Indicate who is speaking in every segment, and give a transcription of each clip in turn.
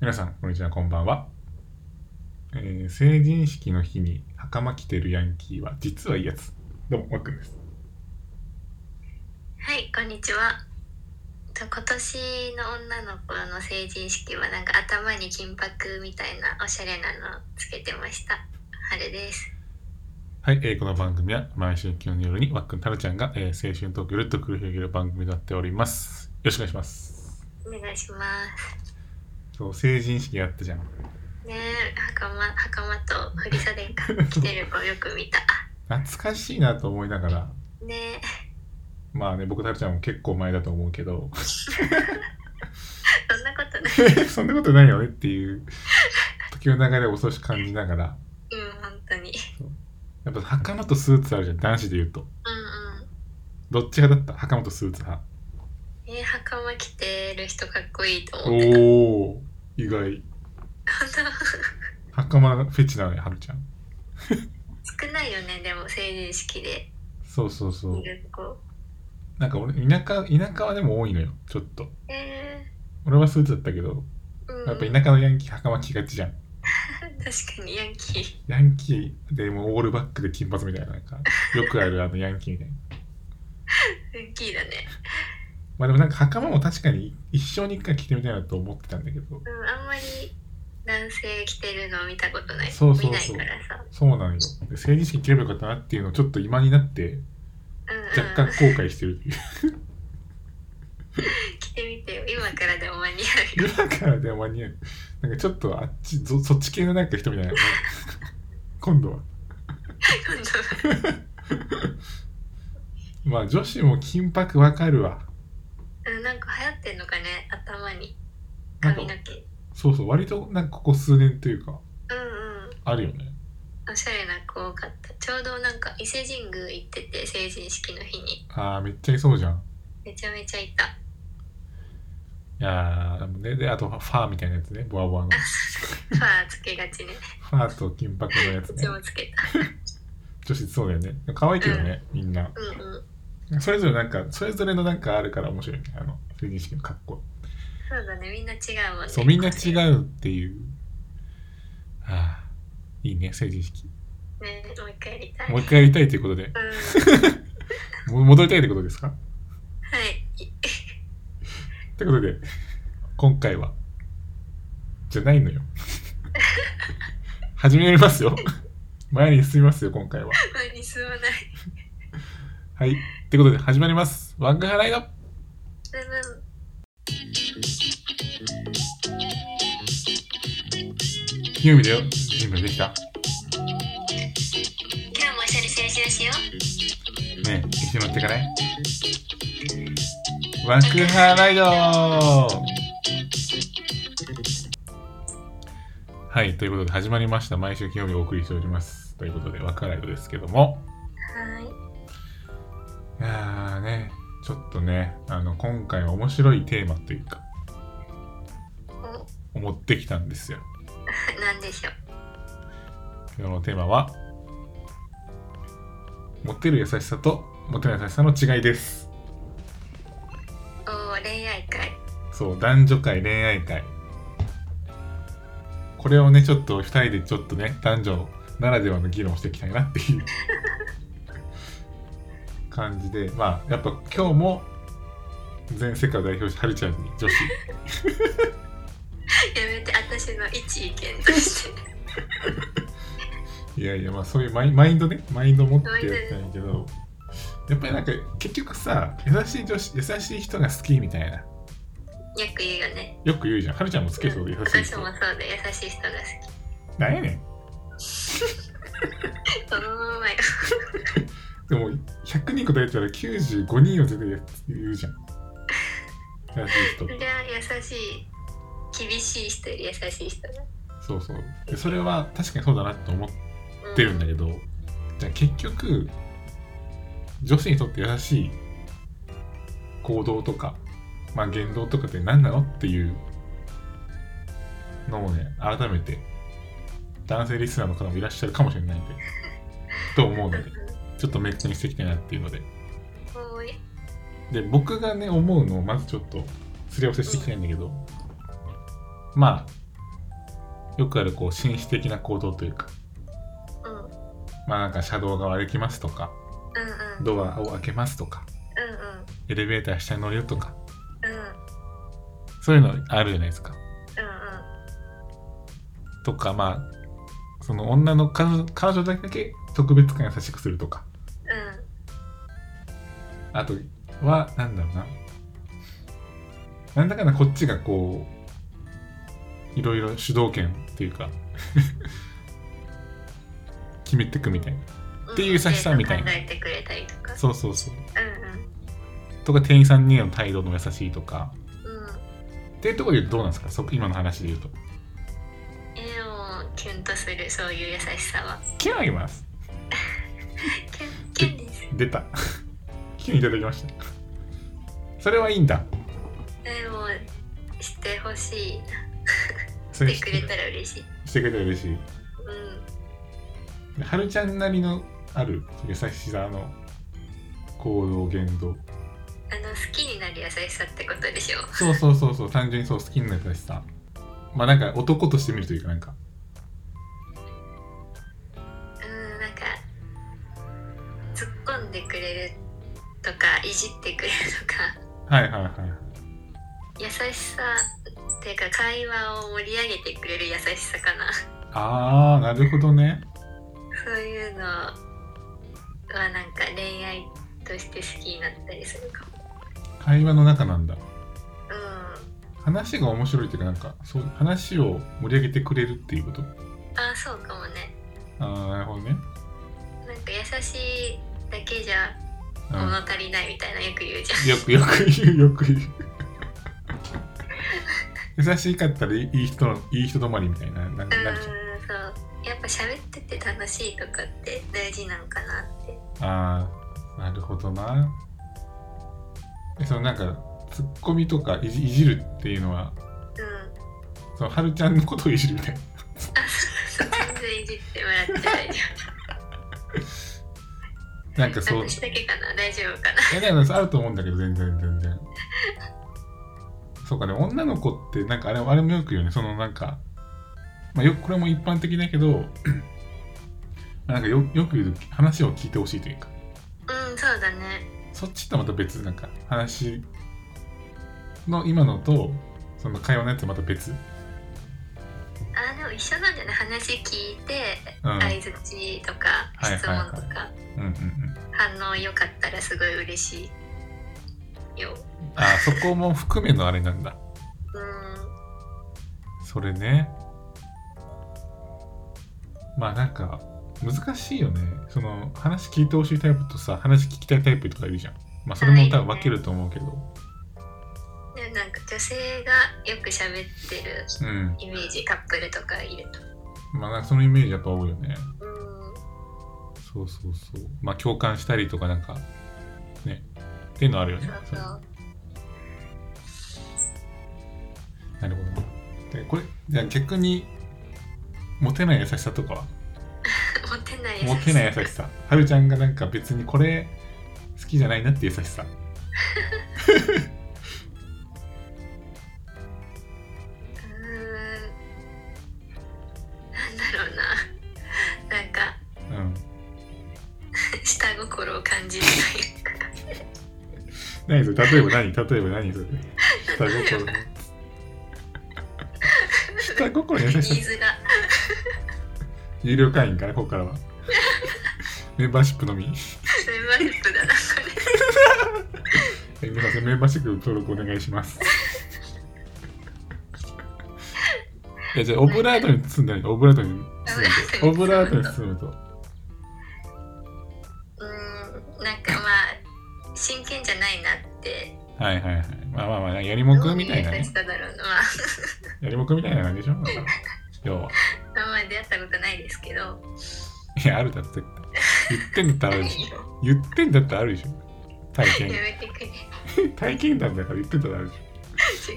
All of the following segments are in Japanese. Speaker 1: 皆さん、こんにちは、こんばんは。えー成人式の日に袴着てるヤンキーは実はいいやつ。どうも、わっくんです。
Speaker 2: はい、こんにちは。と今年の女の子の成人式はなんか頭に金箔みたいなおしゃれなのつけてました。春です。
Speaker 1: はい、えーこの番組は毎週金曜の夜にわっくん、たるちゃんが、えー青春トークをゆるっと繰り広げる番組になっております。よろしくお願いします。
Speaker 2: お願いします。
Speaker 1: そう、成人式やったじゃん。
Speaker 2: ねえ、袴袴と振 袖が着てる子よく見た。
Speaker 1: 懐かしいなと思いながら、
Speaker 2: ね
Speaker 1: まあね、僕、たるちゃんも結構前だと思うけど、
Speaker 2: え、そんなことない。
Speaker 1: そんなことないよねっていう、時の流れを恐ろしく感じながら、
Speaker 2: うん、本当に。
Speaker 1: やっぱ袴とスーツあるじゃん、男子で言うと。
Speaker 2: うんうん。
Speaker 1: どっち派だった袴とスーツ派。
Speaker 2: えー、袴着てる人かっこいいと思ってた。本
Speaker 1: おお意外袴フェチなのよはるちゃん
Speaker 2: 当 少ないよね、でも成人式で
Speaker 1: そうそうそう
Speaker 2: いる子。
Speaker 1: なんか俺田舎田舎はでも多いのよちょっと
Speaker 2: え
Speaker 1: 俺はスーツだったけど
Speaker 2: ー、うん、
Speaker 1: やっぱ田舎のヤンキー袴着がちじゃん
Speaker 2: 確かにヤンキー。
Speaker 1: ヤンキーでもうオールバックで金髪みたいな なんかよくあるあのヤンキーみたいな
Speaker 2: ヤンキーだね。
Speaker 1: まあでもなんか袴も確かに一生に一回着てみたいなと思ってたんだけど
Speaker 2: うん、あんまり男性着てるの見たことない。
Speaker 1: そうそうそう
Speaker 2: 見ないからさ。
Speaker 1: そうなのよで成人式着ればよかったなっていうのをちょっと今になって
Speaker 2: うん、うん、
Speaker 1: 若干後悔してるっていう
Speaker 2: 着てみてよ。今からでも間に合うよ。
Speaker 1: 今からでも間に合うなんかちょっとあっちそそっち系のなんか人みたいな 今度は
Speaker 2: 今度は
Speaker 1: まあ女子も金箔わかるわ。
Speaker 2: うん、なんか流行ってんのかね、頭に。
Speaker 1: なん
Speaker 2: 髪
Speaker 1: か
Speaker 2: の毛。うん
Speaker 1: そうそう割となんかここ数年というか
Speaker 2: うん。
Speaker 1: あるよね。
Speaker 2: おしゃれな子多かった。ちょうどなんか伊勢神宮行ってて、成人式の日に。
Speaker 1: ああめっちゃいそうじゃん。
Speaker 2: めちゃめちゃいた。
Speaker 1: いやーでもねであとファーみたいなやつねボワボワの
Speaker 2: ファーつけがちね。
Speaker 1: ファーと金箔のやつ
Speaker 2: い
Speaker 1: ね
Speaker 2: つもつけた。
Speaker 1: 女子そうだよね可愛いけどねみんな
Speaker 2: うんうん。
Speaker 1: それぞれなんかそれぞれのなんかあるから面白いねあの成人式の格好
Speaker 2: そうだね、みんな違うもんね。
Speaker 1: そうみんな違うっていうあーいいね成人式
Speaker 2: う。ね、もう一回やりたい。
Speaker 1: もう一回やりたいということで
Speaker 2: うん。は
Speaker 1: も戻りたいということですか
Speaker 2: い。
Speaker 1: ということで、今回は、じゃないのよ。始めますよ。前に進みますよ、今回は。
Speaker 2: 前に進まない。
Speaker 1: はい。ということで、始まります。ワングハライド
Speaker 2: ブンブン
Speaker 1: 金曜日だよ。準備できた。
Speaker 2: 今日も一緒に青春しよう。
Speaker 1: ねえ、一緒に乗ってかないワンクハライドはい。ということで、始まりました。毎週金曜日お送りしております。ということで、ワンクハライドですけども。
Speaker 2: はい
Speaker 1: やーねちょっとねあの今回は面白いテーマというか
Speaker 2: い。
Speaker 1: 持ってきたんですよ
Speaker 2: お、なんでしょう。
Speaker 1: 今日のテーマは持てる優しさと持てない優しさの違いです
Speaker 2: おー、恋愛会。
Speaker 1: そう男女会恋愛会これをねちょっと2人でちょっとね男女ならではの議論をしていきたいなっていう感じでまあやっぱ今日も全世界を代表してはるちゃんに女子
Speaker 2: やめて、私の一意見として。
Speaker 1: いやいやまあそういうマイマインドねマインド持ってやったんやけどやっぱりなんか結局さ優しい女子優しい人が好きみたいな
Speaker 2: よく言うよね。
Speaker 1: よく言うじゃんはるちゃんも好きそうで優しい
Speaker 2: 私
Speaker 1: 人
Speaker 2: もそうで、優しい人が好
Speaker 1: なんやねん
Speaker 2: き。そのままよ。
Speaker 1: でも100人答えたら95人を絶対言うじゃん優しい人
Speaker 2: そりゃ優しい。厳しい人より優しい人が。
Speaker 1: そうそうでそれは確かにそうだなと思っ
Speaker 2: うん
Speaker 1: てるんだけどじゃあ結局女子にとって優しい行動とか、まあ、言動とかって何なのっていうのをね改めて男性リスナーの方もいらっしゃるかもしれないんでと思うのでちょっとメックにしていきたいなっていうので
Speaker 2: うんおーい。
Speaker 1: で僕がね思うのをまずちょっとすり合わせしていきたいんだけどまあよくあるこう紳士的な行動というか
Speaker 2: うんうんうん
Speaker 1: まあなんか車道側歩きますとか
Speaker 2: うん
Speaker 1: ドアを開けますとかエレベーター下に乗るよとか
Speaker 2: うんうん
Speaker 1: そういうのあるじゃないですか
Speaker 2: うん
Speaker 1: とかまあその女の彼女彼女だけ特別感優しくするとか
Speaker 2: うん
Speaker 1: あとはなんだろうななんだかんだこっちがこういろいろ主導権っていうか 決めてくみたいな
Speaker 2: うん
Speaker 1: っていう優しさみたいな
Speaker 2: 考えてくれたりとか
Speaker 1: そうそうそう
Speaker 2: うん
Speaker 1: とか店員さんにの態度の優しいとか
Speaker 2: うんうん
Speaker 1: っていうところで言うとどうなんですかそ今の話で言うと
Speaker 2: えもうキュンとするそういう優しさは
Speaker 1: キュンあげます
Speaker 2: キュンキュンです
Speaker 1: 出た キュンいただきましたそれはいいんだ
Speaker 2: えもうしてほしい
Speaker 1: それ
Speaker 2: してくれたら嬉しい
Speaker 1: してくれたら嬉しい
Speaker 2: うん
Speaker 1: はるちゃんなりのある優しさの行動言動
Speaker 2: あの好きになる優しさってことでしょ
Speaker 1: そうそうそうそう単純にそう好きになったしさまあなんか男として見るというかなんか
Speaker 2: うんなんか突っ込んでくれるとかいじってくれるとか
Speaker 1: はいはいはい
Speaker 2: 優しさっていうか会話を盛り上げてくれる優しさかな
Speaker 1: あーなるほどね
Speaker 2: そういうのはなんか恋愛として好きになったりするかも
Speaker 1: 会話の中なんだ
Speaker 2: うん
Speaker 1: 話が面白いというかなんかそう話を盛り上げてくれるっていうこと
Speaker 2: あそうかもね
Speaker 1: ああなるほどね、
Speaker 2: なんか優しいだけじゃ
Speaker 1: うん
Speaker 2: 物足りないみたいなよく言うじゃん、
Speaker 1: よくよく言うよく言う優しかったらいいいい人のいい人止まりみたいななんか
Speaker 2: うん
Speaker 1: なるじゃん
Speaker 2: そうやっぱ喋ってて楽しいとかって大事なんかなって
Speaker 1: ああなるほどなえそのなんかツッコミとかいじいじるっていうのは
Speaker 2: うん
Speaker 1: そのはるちゃんのことをいじるみたいな
Speaker 2: あ そうそう全然いじってもらって大丈
Speaker 1: なんか
Speaker 2: 夫
Speaker 1: そう
Speaker 2: 私だけかな大丈夫かな
Speaker 1: えなんかあると思うんだけど全然全然そうかね女の子ってなんかあれあれもよく言うよねそのなんか、まあ、よくこれも一般的だけど なんかよよく言う話を聞いてほしいというか
Speaker 2: うんそうだね
Speaker 1: そっちとまた別なんか話の今のとその会話のやつまた別
Speaker 2: あでも一緒なんだよね話聞いて
Speaker 1: うんうん
Speaker 2: 相づちとか
Speaker 1: はい
Speaker 2: 質
Speaker 1: はいは
Speaker 2: 問
Speaker 1: い
Speaker 2: とか
Speaker 1: うんうん
Speaker 2: 反応良かったらすごい嬉しいよ
Speaker 1: あそこも含めのあれなんだ
Speaker 2: うん
Speaker 1: それねまあなんか難しいよねその話聞いてほしいタイプとさ話聞きたいタイプとかいるじゃんまあそれも多分分けると思うけど、
Speaker 2: でもなんか女性がよく喋ってる
Speaker 1: うん
Speaker 2: イメージカップルとかいると
Speaker 1: まあなんかそのイメージやっぱ多いよね
Speaker 2: うん
Speaker 1: そうそうそうまあ共感したりとかなんかねっていうのあるよねそ
Speaker 2: そうそうう
Speaker 1: なるほどねでこれじゃあ逆にモテない優しさとかは
Speaker 2: モテない
Speaker 1: モテない優しさはるちゃんがなんか別にこれ好きじゃないなっていう優しさ
Speaker 2: うーんなんだろうななんか
Speaker 1: うん
Speaker 2: 下心を感じるというか
Speaker 1: 何それ例えば何例えば何それ下
Speaker 2: 例え
Speaker 1: 心下
Speaker 2: ば
Speaker 1: 心優
Speaker 2: ニ
Speaker 1: しさ
Speaker 2: ーズが
Speaker 1: 有料会員からここからはメンバーシップのみ
Speaker 2: メンバーシップだなこれ
Speaker 1: え皆さんメンバーシップ登録お願いしますいやじゃあオブラートに包んでないオブラートに包むとオ
Speaker 2: オ
Speaker 1: ブ
Speaker 2: ブ
Speaker 1: ラ
Speaker 2: ラ
Speaker 1: ー
Speaker 2: ー
Speaker 1: トに
Speaker 2: トに
Speaker 1: 包むと
Speaker 2: うーんなんかまあ真剣じゃないなって
Speaker 1: はいはいはいまあまあまあやりもくみたいな
Speaker 2: どうう優
Speaker 1: ね
Speaker 2: しさだろうなま
Speaker 1: やりもくみたいな感じでしょだから要は
Speaker 2: ああんまり出会ったことないですけど
Speaker 1: いやあるだって言ってんだったらあるでし
Speaker 2: 何よ
Speaker 1: ょ言ってんだったらあるでしょ体
Speaker 2: や
Speaker 1: 験
Speaker 2: めてくれ違
Speaker 1: 体験談だから言ってたらあるでし
Speaker 2: う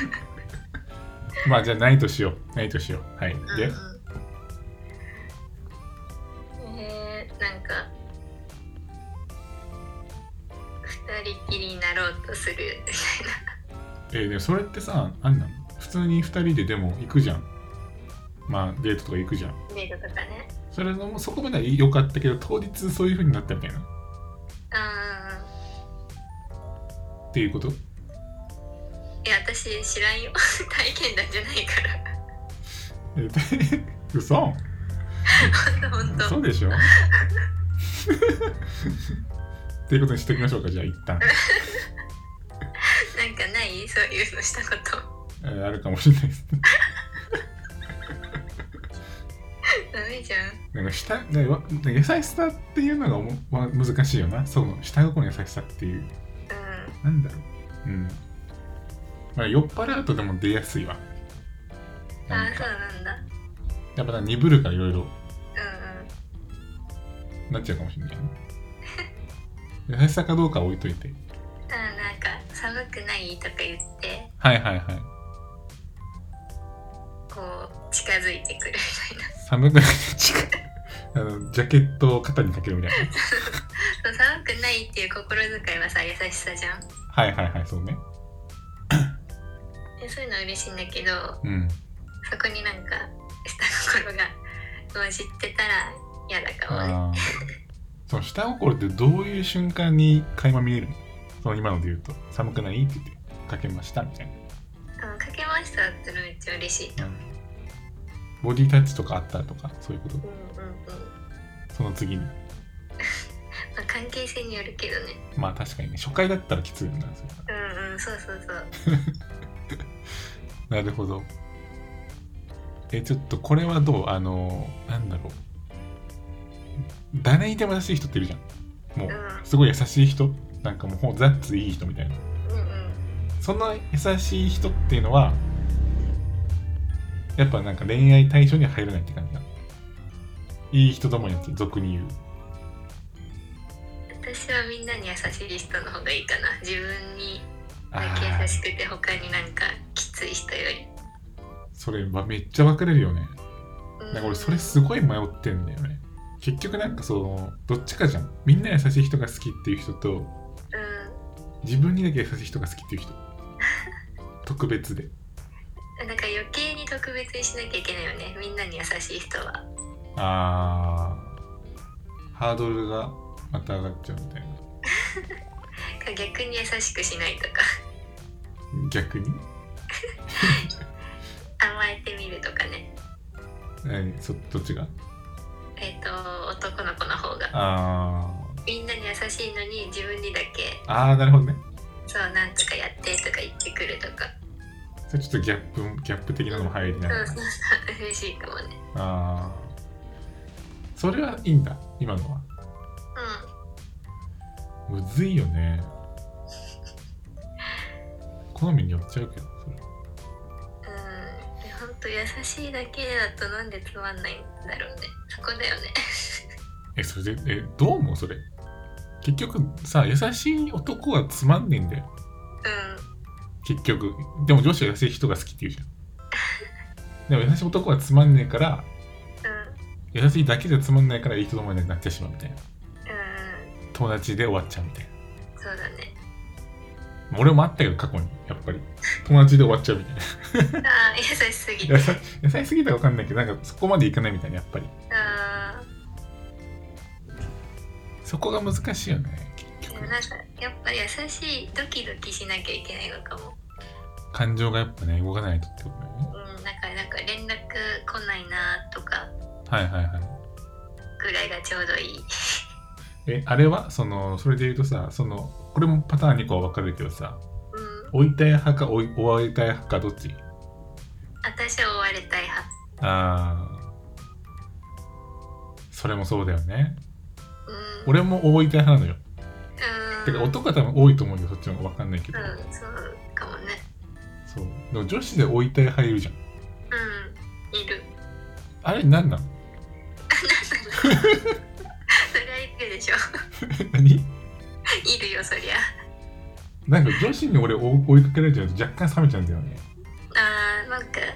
Speaker 2: わ
Speaker 1: ょまあじゃあないとしようないとしようはいで
Speaker 2: うんえー、なんか二人きりになろうとするみ
Speaker 1: えーでもそれってさあんなの普通に2人ででも行くじゃんまあデートとか行くじゃん
Speaker 2: デートとかね
Speaker 1: それのそこまでは良かったけど当日そういう風になったみたいな
Speaker 2: う
Speaker 1: っていうこと
Speaker 2: んいや私知らんよ 体験談じゃないから
Speaker 1: えっと嘘
Speaker 2: 本当
Speaker 1: そうでしょ っていうことにしておきましょうかじゃあ一 旦、
Speaker 2: なんかないそういうのしたこ
Speaker 1: え
Speaker 2: と
Speaker 1: ーあるかもしれないです
Speaker 2: ダメじゃん
Speaker 1: なんか下なんかわなんか優しさっていうのがおもわ難しいよなその下心の優しさっていう
Speaker 2: うん
Speaker 1: なんだろううんまあ酔っ払うとでも出やすいわ
Speaker 2: あ
Speaker 1: な
Speaker 2: あ
Speaker 1: ん
Speaker 2: そ
Speaker 1: か
Speaker 2: うなんだ
Speaker 1: やっぱなんか鈍るからいろいろ
Speaker 2: うんうん
Speaker 1: なっちゃうかもしれ ないね優しさかどうかは置いといて
Speaker 2: あーなんか寒くないとか言って
Speaker 1: はいはいはい
Speaker 2: こう近づいてくるみたいな
Speaker 1: 寒くないあのジャケットを肩にかけるみたいな
Speaker 2: そう寒くないっていう心遣いはさ優しさじゃん
Speaker 1: はいはいはいそうね
Speaker 2: でそういうのは嬉しいんだけど
Speaker 1: うん
Speaker 2: そこになんか下心が混じってたら嫌だかもね
Speaker 1: ああその下心ってどういう瞬間に垣間見えるのその今ので言うと寒くないって言ってかけましたみたいな
Speaker 2: うんかけましただったらめっちゃ嬉しいと思
Speaker 1: ボディタッチとかあったとかそういうこと
Speaker 2: ううんうんうん
Speaker 1: その次に
Speaker 2: まあ関係性によるけどね
Speaker 1: まあ確かにね初回だったらきついよなそれは
Speaker 2: うんうんそうそうそう
Speaker 1: なるほど。え、ちょっとこれはどうあの、なんだろう。誰にでも優しい人っているじゃん。もう、
Speaker 2: う
Speaker 1: すごい優しい人。なんかもうほん、ザッツいい人みたいな。
Speaker 2: んうんうん
Speaker 1: その優しい人っていうのは、やっぱなんか恋愛対象には入らないって感じだ。いい人どもに俗に言う。
Speaker 2: 私はみんなに優しい人の方がいいかな自分にだ
Speaker 1: あ
Speaker 2: け優し
Speaker 1: ー、
Speaker 2: くて他になんかきつい人より
Speaker 1: それはめっちゃ分かれるよね。
Speaker 2: うん
Speaker 1: なんか俺それすごい迷ってんだよね。結局なんかその、どっちかじゃん。みんな優しい人が好きっていう人と、
Speaker 2: う
Speaker 1: 自分にだけ優しい人が好きっていう人特別で
Speaker 2: んなんか余計に特別にしなきゃいけないよねみんなに優しい人は
Speaker 1: あーハードルがまた上がっちゃうみたいな
Speaker 2: 逆に優しくしないとか
Speaker 1: 逆に、
Speaker 2: 甘えてみるとかね
Speaker 1: えーそどっちが
Speaker 2: えっ、と男の子の方が
Speaker 1: あー
Speaker 2: みんなに優しいのに自分にだけ
Speaker 1: あーなるほどね
Speaker 2: そうなんとかやってとか言ってくるとか
Speaker 1: それちょっとギャップギャップ的なのも入りなが
Speaker 2: う
Speaker 1: ら
Speaker 2: んそうそう嬉しいかもね
Speaker 1: あーそれはいいんだ今のは
Speaker 2: う
Speaker 1: むずいよね好みによっちゃうけどそれ
Speaker 2: んうんでほんと優しいだけだとなんでつまんないんだろうねそこだよね
Speaker 1: えそれでえどう思うそれ結局さ優しい男はつまんねえんだよ
Speaker 2: う
Speaker 1: 結局でも女子は優しい人が好きって言うじゃんでも優しい男はつまんねえから
Speaker 2: んうん
Speaker 1: 優しいだけじゃつまんないからいい人友達になってしまうみたいな
Speaker 2: う
Speaker 1: 友達で終わっちゃうみたいなん
Speaker 2: そうだ ね
Speaker 1: まあ俺もあったけど過去にやっぱり友達で終わっちゃうみたいな
Speaker 2: あー優しすぎて
Speaker 1: 優し優しすぎたら分かんないけどなんかそこまでいかないみたいなやっぱり
Speaker 2: あ
Speaker 1: そこが難しいよね
Speaker 2: ー
Speaker 1: 結
Speaker 2: で
Speaker 1: 局
Speaker 2: もなんかやっぱり優しいドキドキしなきゃいけないのかも
Speaker 1: 感情がやっぱね動かないとってことだよね
Speaker 2: うんなんかなんか連絡来ないなとか
Speaker 1: はいはいはい
Speaker 2: ぐらいがちょうどいい
Speaker 1: えあれはそのそれで言うとさそのこれもパターン2個は分かれるけどさ
Speaker 2: うん
Speaker 1: 追いたい派か追い追われたい派かどっち
Speaker 2: 私は追われたい派
Speaker 1: ああそれもそうだよね
Speaker 2: うん
Speaker 1: 俺も追いたい派なのよ
Speaker 2: うん
Speaker 1: てか男は多分多いと思うよそっちの方が分かんないけど、
Speaker 2: うんそうかもね
Speaker 1: そうでも女子で追いたい派いるじゃん
Speaker 2: うん いる
Speaker 1: あれ何なの
Speaker 2: そりゃいるでしょ
Speaker 1: 何
Speaker 2: いるよそりゃ
Speaker 1: なんか女子に俺追追いかけられちゃうと若干冷めちゃうんだよね
Speaker 2: あーなんかよ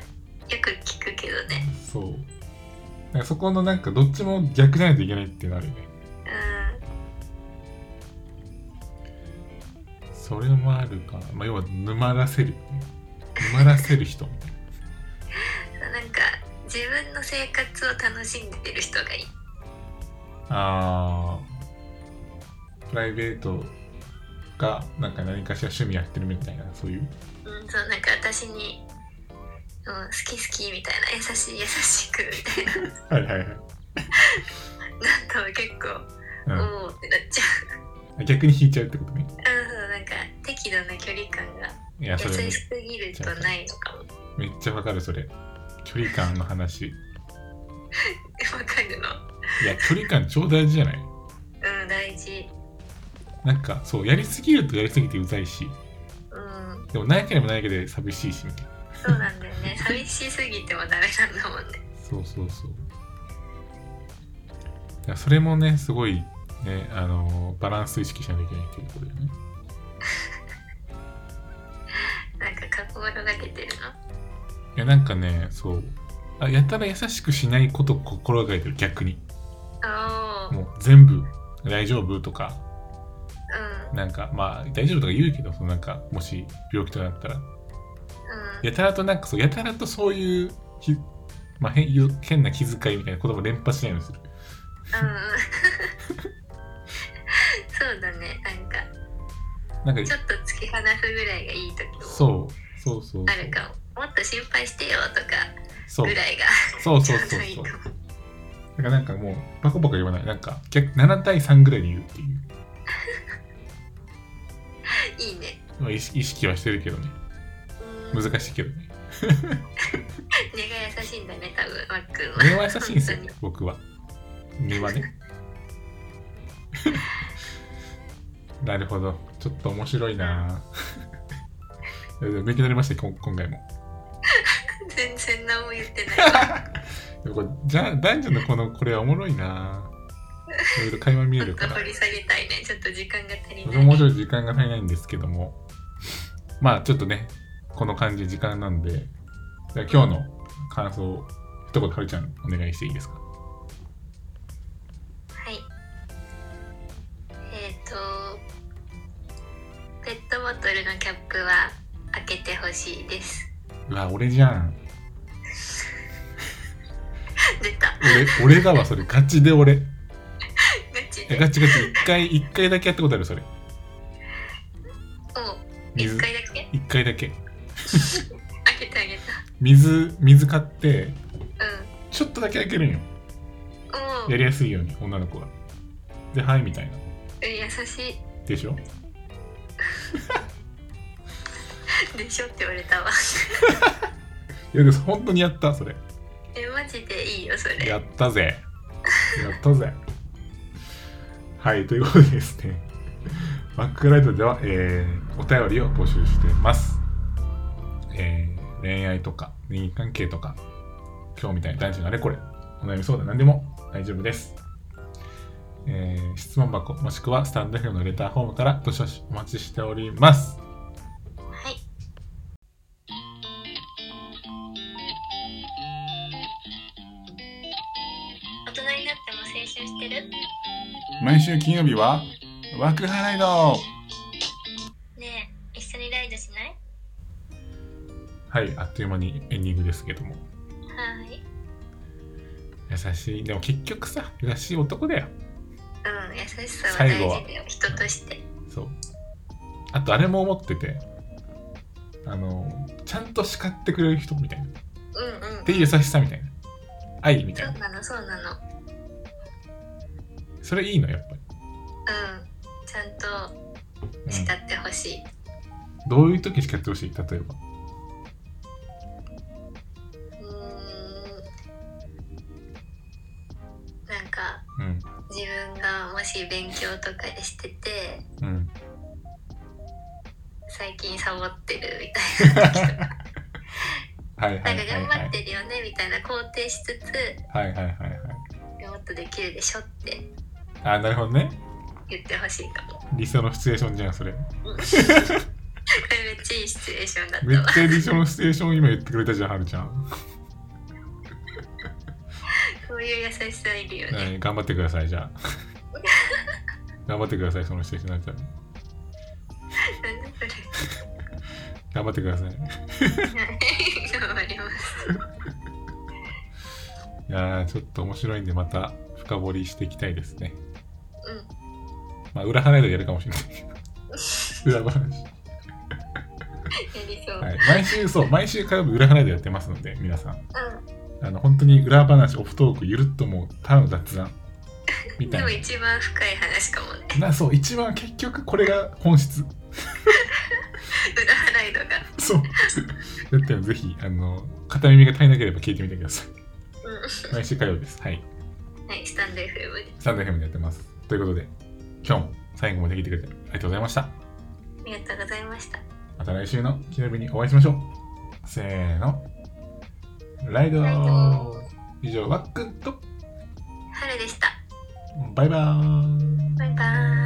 Speaker 2: く聞くけどね
Speaker 1: そうなんかそこのなんかどっちも逆じゃないといけないっていうのあるよね
Speaker 2: う
Speaker 1: それもあるかな、まあ、要は沼らせる沼らせる人みたい
Speaker 2: んなんか自分の生活を楽しんでる人がいい
Speaker 1: あープライベートがなんか何かしら趣味やってるみたいなそういう
Speaker 2: うん、そうなんか私に「うん、好き好き」みたいな優しい優しくみたいな
Speaker 1: はいはいはい、
Speaker 2: なんか結構「おお」ってなっちゃ
Speaker 1: うん、逆に引いちゃうってことね
Speaker 2: う、うん、そうなんか適度な距離感が
Speaker 1: いやそれ
Speaker 2: 優
Speaker 1: め
Speaker 2: しすぎるとないのかもわ
Speaker 1: めっちゃわかるそれ距離感の話い
Speaker 2: かるの
Speaker 1: や距離感超大事じゃない
Speaker 2: うん大事
Speaker 1: なんかそうやりすぎるとやりすぎてうざいし
Speaker 2: うん
Speaker 1: でもないければないけで寂しいしみたいな
Speaker 2: そうなんだよ ね寂しすぎてもダメなんだもんね
Speaker 1: そうそうそういやそれもねすごいねあのバランス意識しなきゃいけないっていうところだよね
Speaker 2: なんか心がけてるの
Speaker 1: いやなんかねそうあやたら優しくしないことを心がけてる逆に
Speaker 2: おお
Speaker 1: もう全部大丈夫とか
Speaker 2: うん
Speaker 1: なんかまあ大丈夫とか言うけどそのなんかもし病気となったら
Speaker 2: うん
Speaker 1: やたらとなんかそうやたらとそういうひ、まあ、変変な気遣いみたいな言葉連発しないようにする
Speaker 2: うん うんそうだねなんか
Speaker 1: なんか
Speaker 2: ちょっと突き放すぐらいがいい時も
Speaker 1: そうそうそうそう
Speaker 2: あるかも。もっと心配してよとか
Speaker 1: そう
Speaker 2: ぐらいが
Speaker 1: そうそ
Speaker 2: ちょ
Speaker 1: う
Speaker 2: う
Speaker 1: そ
Speaker 2: ど
Speaker 1: う
Speaker 2: いい
Speaker 1: そう
Speaker 2: かも。
Speaker 1: だからなんかもうバカバカ言わないなんか逆7対3ぐらいで言うっていう、
Speaker 2: いいね。
Speaker 1: まあ、意識意識はしてるけどね
Speaker 2: うん
Speaker 1: 難
Speaker 2: 根が
Speaker 1: しいけどね
Speaker 2: 優しいんだね、多分マックンは。
Speaker 1: 根は優しいんですよ
Speaker 2: 本当に
Speaker 1: 僕は根は ねなるほどちょっと面白いないやでも勉強になりました今今回も
Speaker 2: 全然何も言ってない。
Speaker 1: でもこれじゃ男女のこのこれはおもろいないろいろ会話見
Speaker 2: ち
Speaker 1: え
Speaker 2: ょ
Speaker 1: る
Speaker 2: っと
Speaker 1: から
Speaker 2: 掘り下げたいね。ちょっと時間が足り
Speaker 1: 僕
Speaker 2: な
Speaker 1: も
Speaker 2: い。
Speaker 1: もう
Speaker 2: う
Speaker 1: ちょっと時間が足りないんですけどもまあちょっとねこの感じ時間なんでじゃあ今日の感想を一言はるちゃんお願いしていいですか
Speaker 2: はい。えっ、と、ペットボトルのキャップは開けてほしいです。
Speaker 1: うわ俺じゃん
Speaker 2: 出た。
Speaker 1: 俺俺がはそれガチで俺
Speaker 2: ガチ
Speaker 1: え
Speaker 2: で。
Speaker 1: ガチガチ一回一回だけやったことあるそれ
Speaker 2: もう一
Speaker 1: 水
Speaker 2: 回だけ
Speaker 1: 一回だけ
Speaker 2: 開けてあげ
Speaker 1: 水水買って
Speaker 2: た。うん。
Speaker 1: ちょっとだけ開けるんよ
Speaker 2: おお
Speaker 1: や。りやすいように女の子がではいみたいな
Speaker 2: え優しい。
Speaker 1: でしょ
Speaker 2: でしょって言われ たわ。
Speaker 1: いやでも本当にやったそれ
Speaker 2: え、マジでいいよ、それ。
Speaker 1: やったぜ。やったぜ。はい、ということでですね、バックライトでは、えーお便りを募集しています。えー恋愛とか、人間関係とか、今日みたいな男女のあれこれ、お悩み相談何でも大丈夫です。えー質問箱、もしくはスタンド FM のレターフォームからどしどしお待ちしております。
Speaker 2: はい。大人になっても青春してる
Speaker 1: 毎週金曜日は、ワークハイライド
Speaker 2: ねえ、一緒にライドしない
Speaker 1: はい、あっという間にエンディングですけども。
Speaker 2: はーい。
Speaker 1: 優しいでも結局さ優しい男だよ
Speaker 2: うん、優しさは大
Speaker 1: 最後は
Speaker 2: 事だよ、人として。
Speaker 1: そうあとあれも思っててあのちゃんと叱ってくれる人みたいな
Speaker 2: うんうん。
Speaker 1: で優しさみたいな愛みた
Speaker 2: そ
Speaker 1: いうな
Speaker 2: なの、そうなの。
Speaker 1: それいいのやっぱり、
Speaker 2: うん。ちゃんと叱
Speaker 1: う
Speaker 2: ってほしい。
Speaker 1: ん、どういう時叱ってほしい例えば
Speaker 2: うーん。なんか、
Speaker 1: うん
Speaker 2: 自分がもし勉強とかでしてて、
Speaker 1: うん
Speaker 2: 最近サボってるみたいな。
Speaker 1: はいは
Speaker 2: ない
Speaker 1: はい
Speaker 2: んか
Speaker 1: はい
Speaker 2: 頑
Speaker 1: は
Speaker 2: 張っ
Speaker 1: い
Speaker 2: てるよねみたいな肯定しつつ
Speaker 1: はいはいはい
Speaker 2: もっとできるでしょって
Speaker 1: あなるほどね
Speaker 2: 言ってほしいかも。
Speaker 1: 理想のシチュエーションじゃんそれ
Speaker 2: これめっちゃいいシチュエーションだった
Speaker 1: めっ
Speaker 2: わ。
Speaker 1: ちゃ理想のシチュエーション今言ってくれたじゃんはるちゃん、
Speaker 2: そういう優しさいるよ
Speaker 1: は
Speaker 2: ね。
Speaker 1: い頑張ってくださいじ ゃあ頑張ってくださいそのシチュエーションになったら
Speaker 2: なんでそれ。
Speaker 1: 頑張ってください
Speaker 2: 頑張ります。
Speaker 1: いやーちょっと面白いんでまた深掘りしていきたいですね
Speaker 2: うん
Speaker 1: まあ裏話でやるかもしれ ないけど裏話
Speaker 2: やりそう、
Speaker 1: はい、毎週そう毎週火曜日裏払いでやってますので皆さん
Speaker 2: う
Speaker 1: あの本当に裏話オフトークゆるっともうただの雑談み
Speaker 2: んで
Speaker 1: た
Speaker 2: も
Speaker 1: い
Speaker 2: 一番深い話かもね
Speaker 1: ななそう一番結局これが本質
Speaker 2: 裏払いのが
Speaker 1: そう だったらぜひあの片耳が足りなければ聞いてみてくださ
Speaker 2: う
Speaker 1: い毎週火曜日ですはい
Speaker 2: んはいスタンド FM で
Speaker 1: サンド FM でやってますということで今日も最後まで聞いてくれてありがとうございました
Speaker 2: ありがとうございました
Speaker 1: また来週の金曜日にお会いしましょうせーのライド
Speaker 2: ライド
Speaker 1: 以上わっくんと
Speaker 2: 春でした
Speaker 1: バイバーイ
Speaker 2: バイバーイ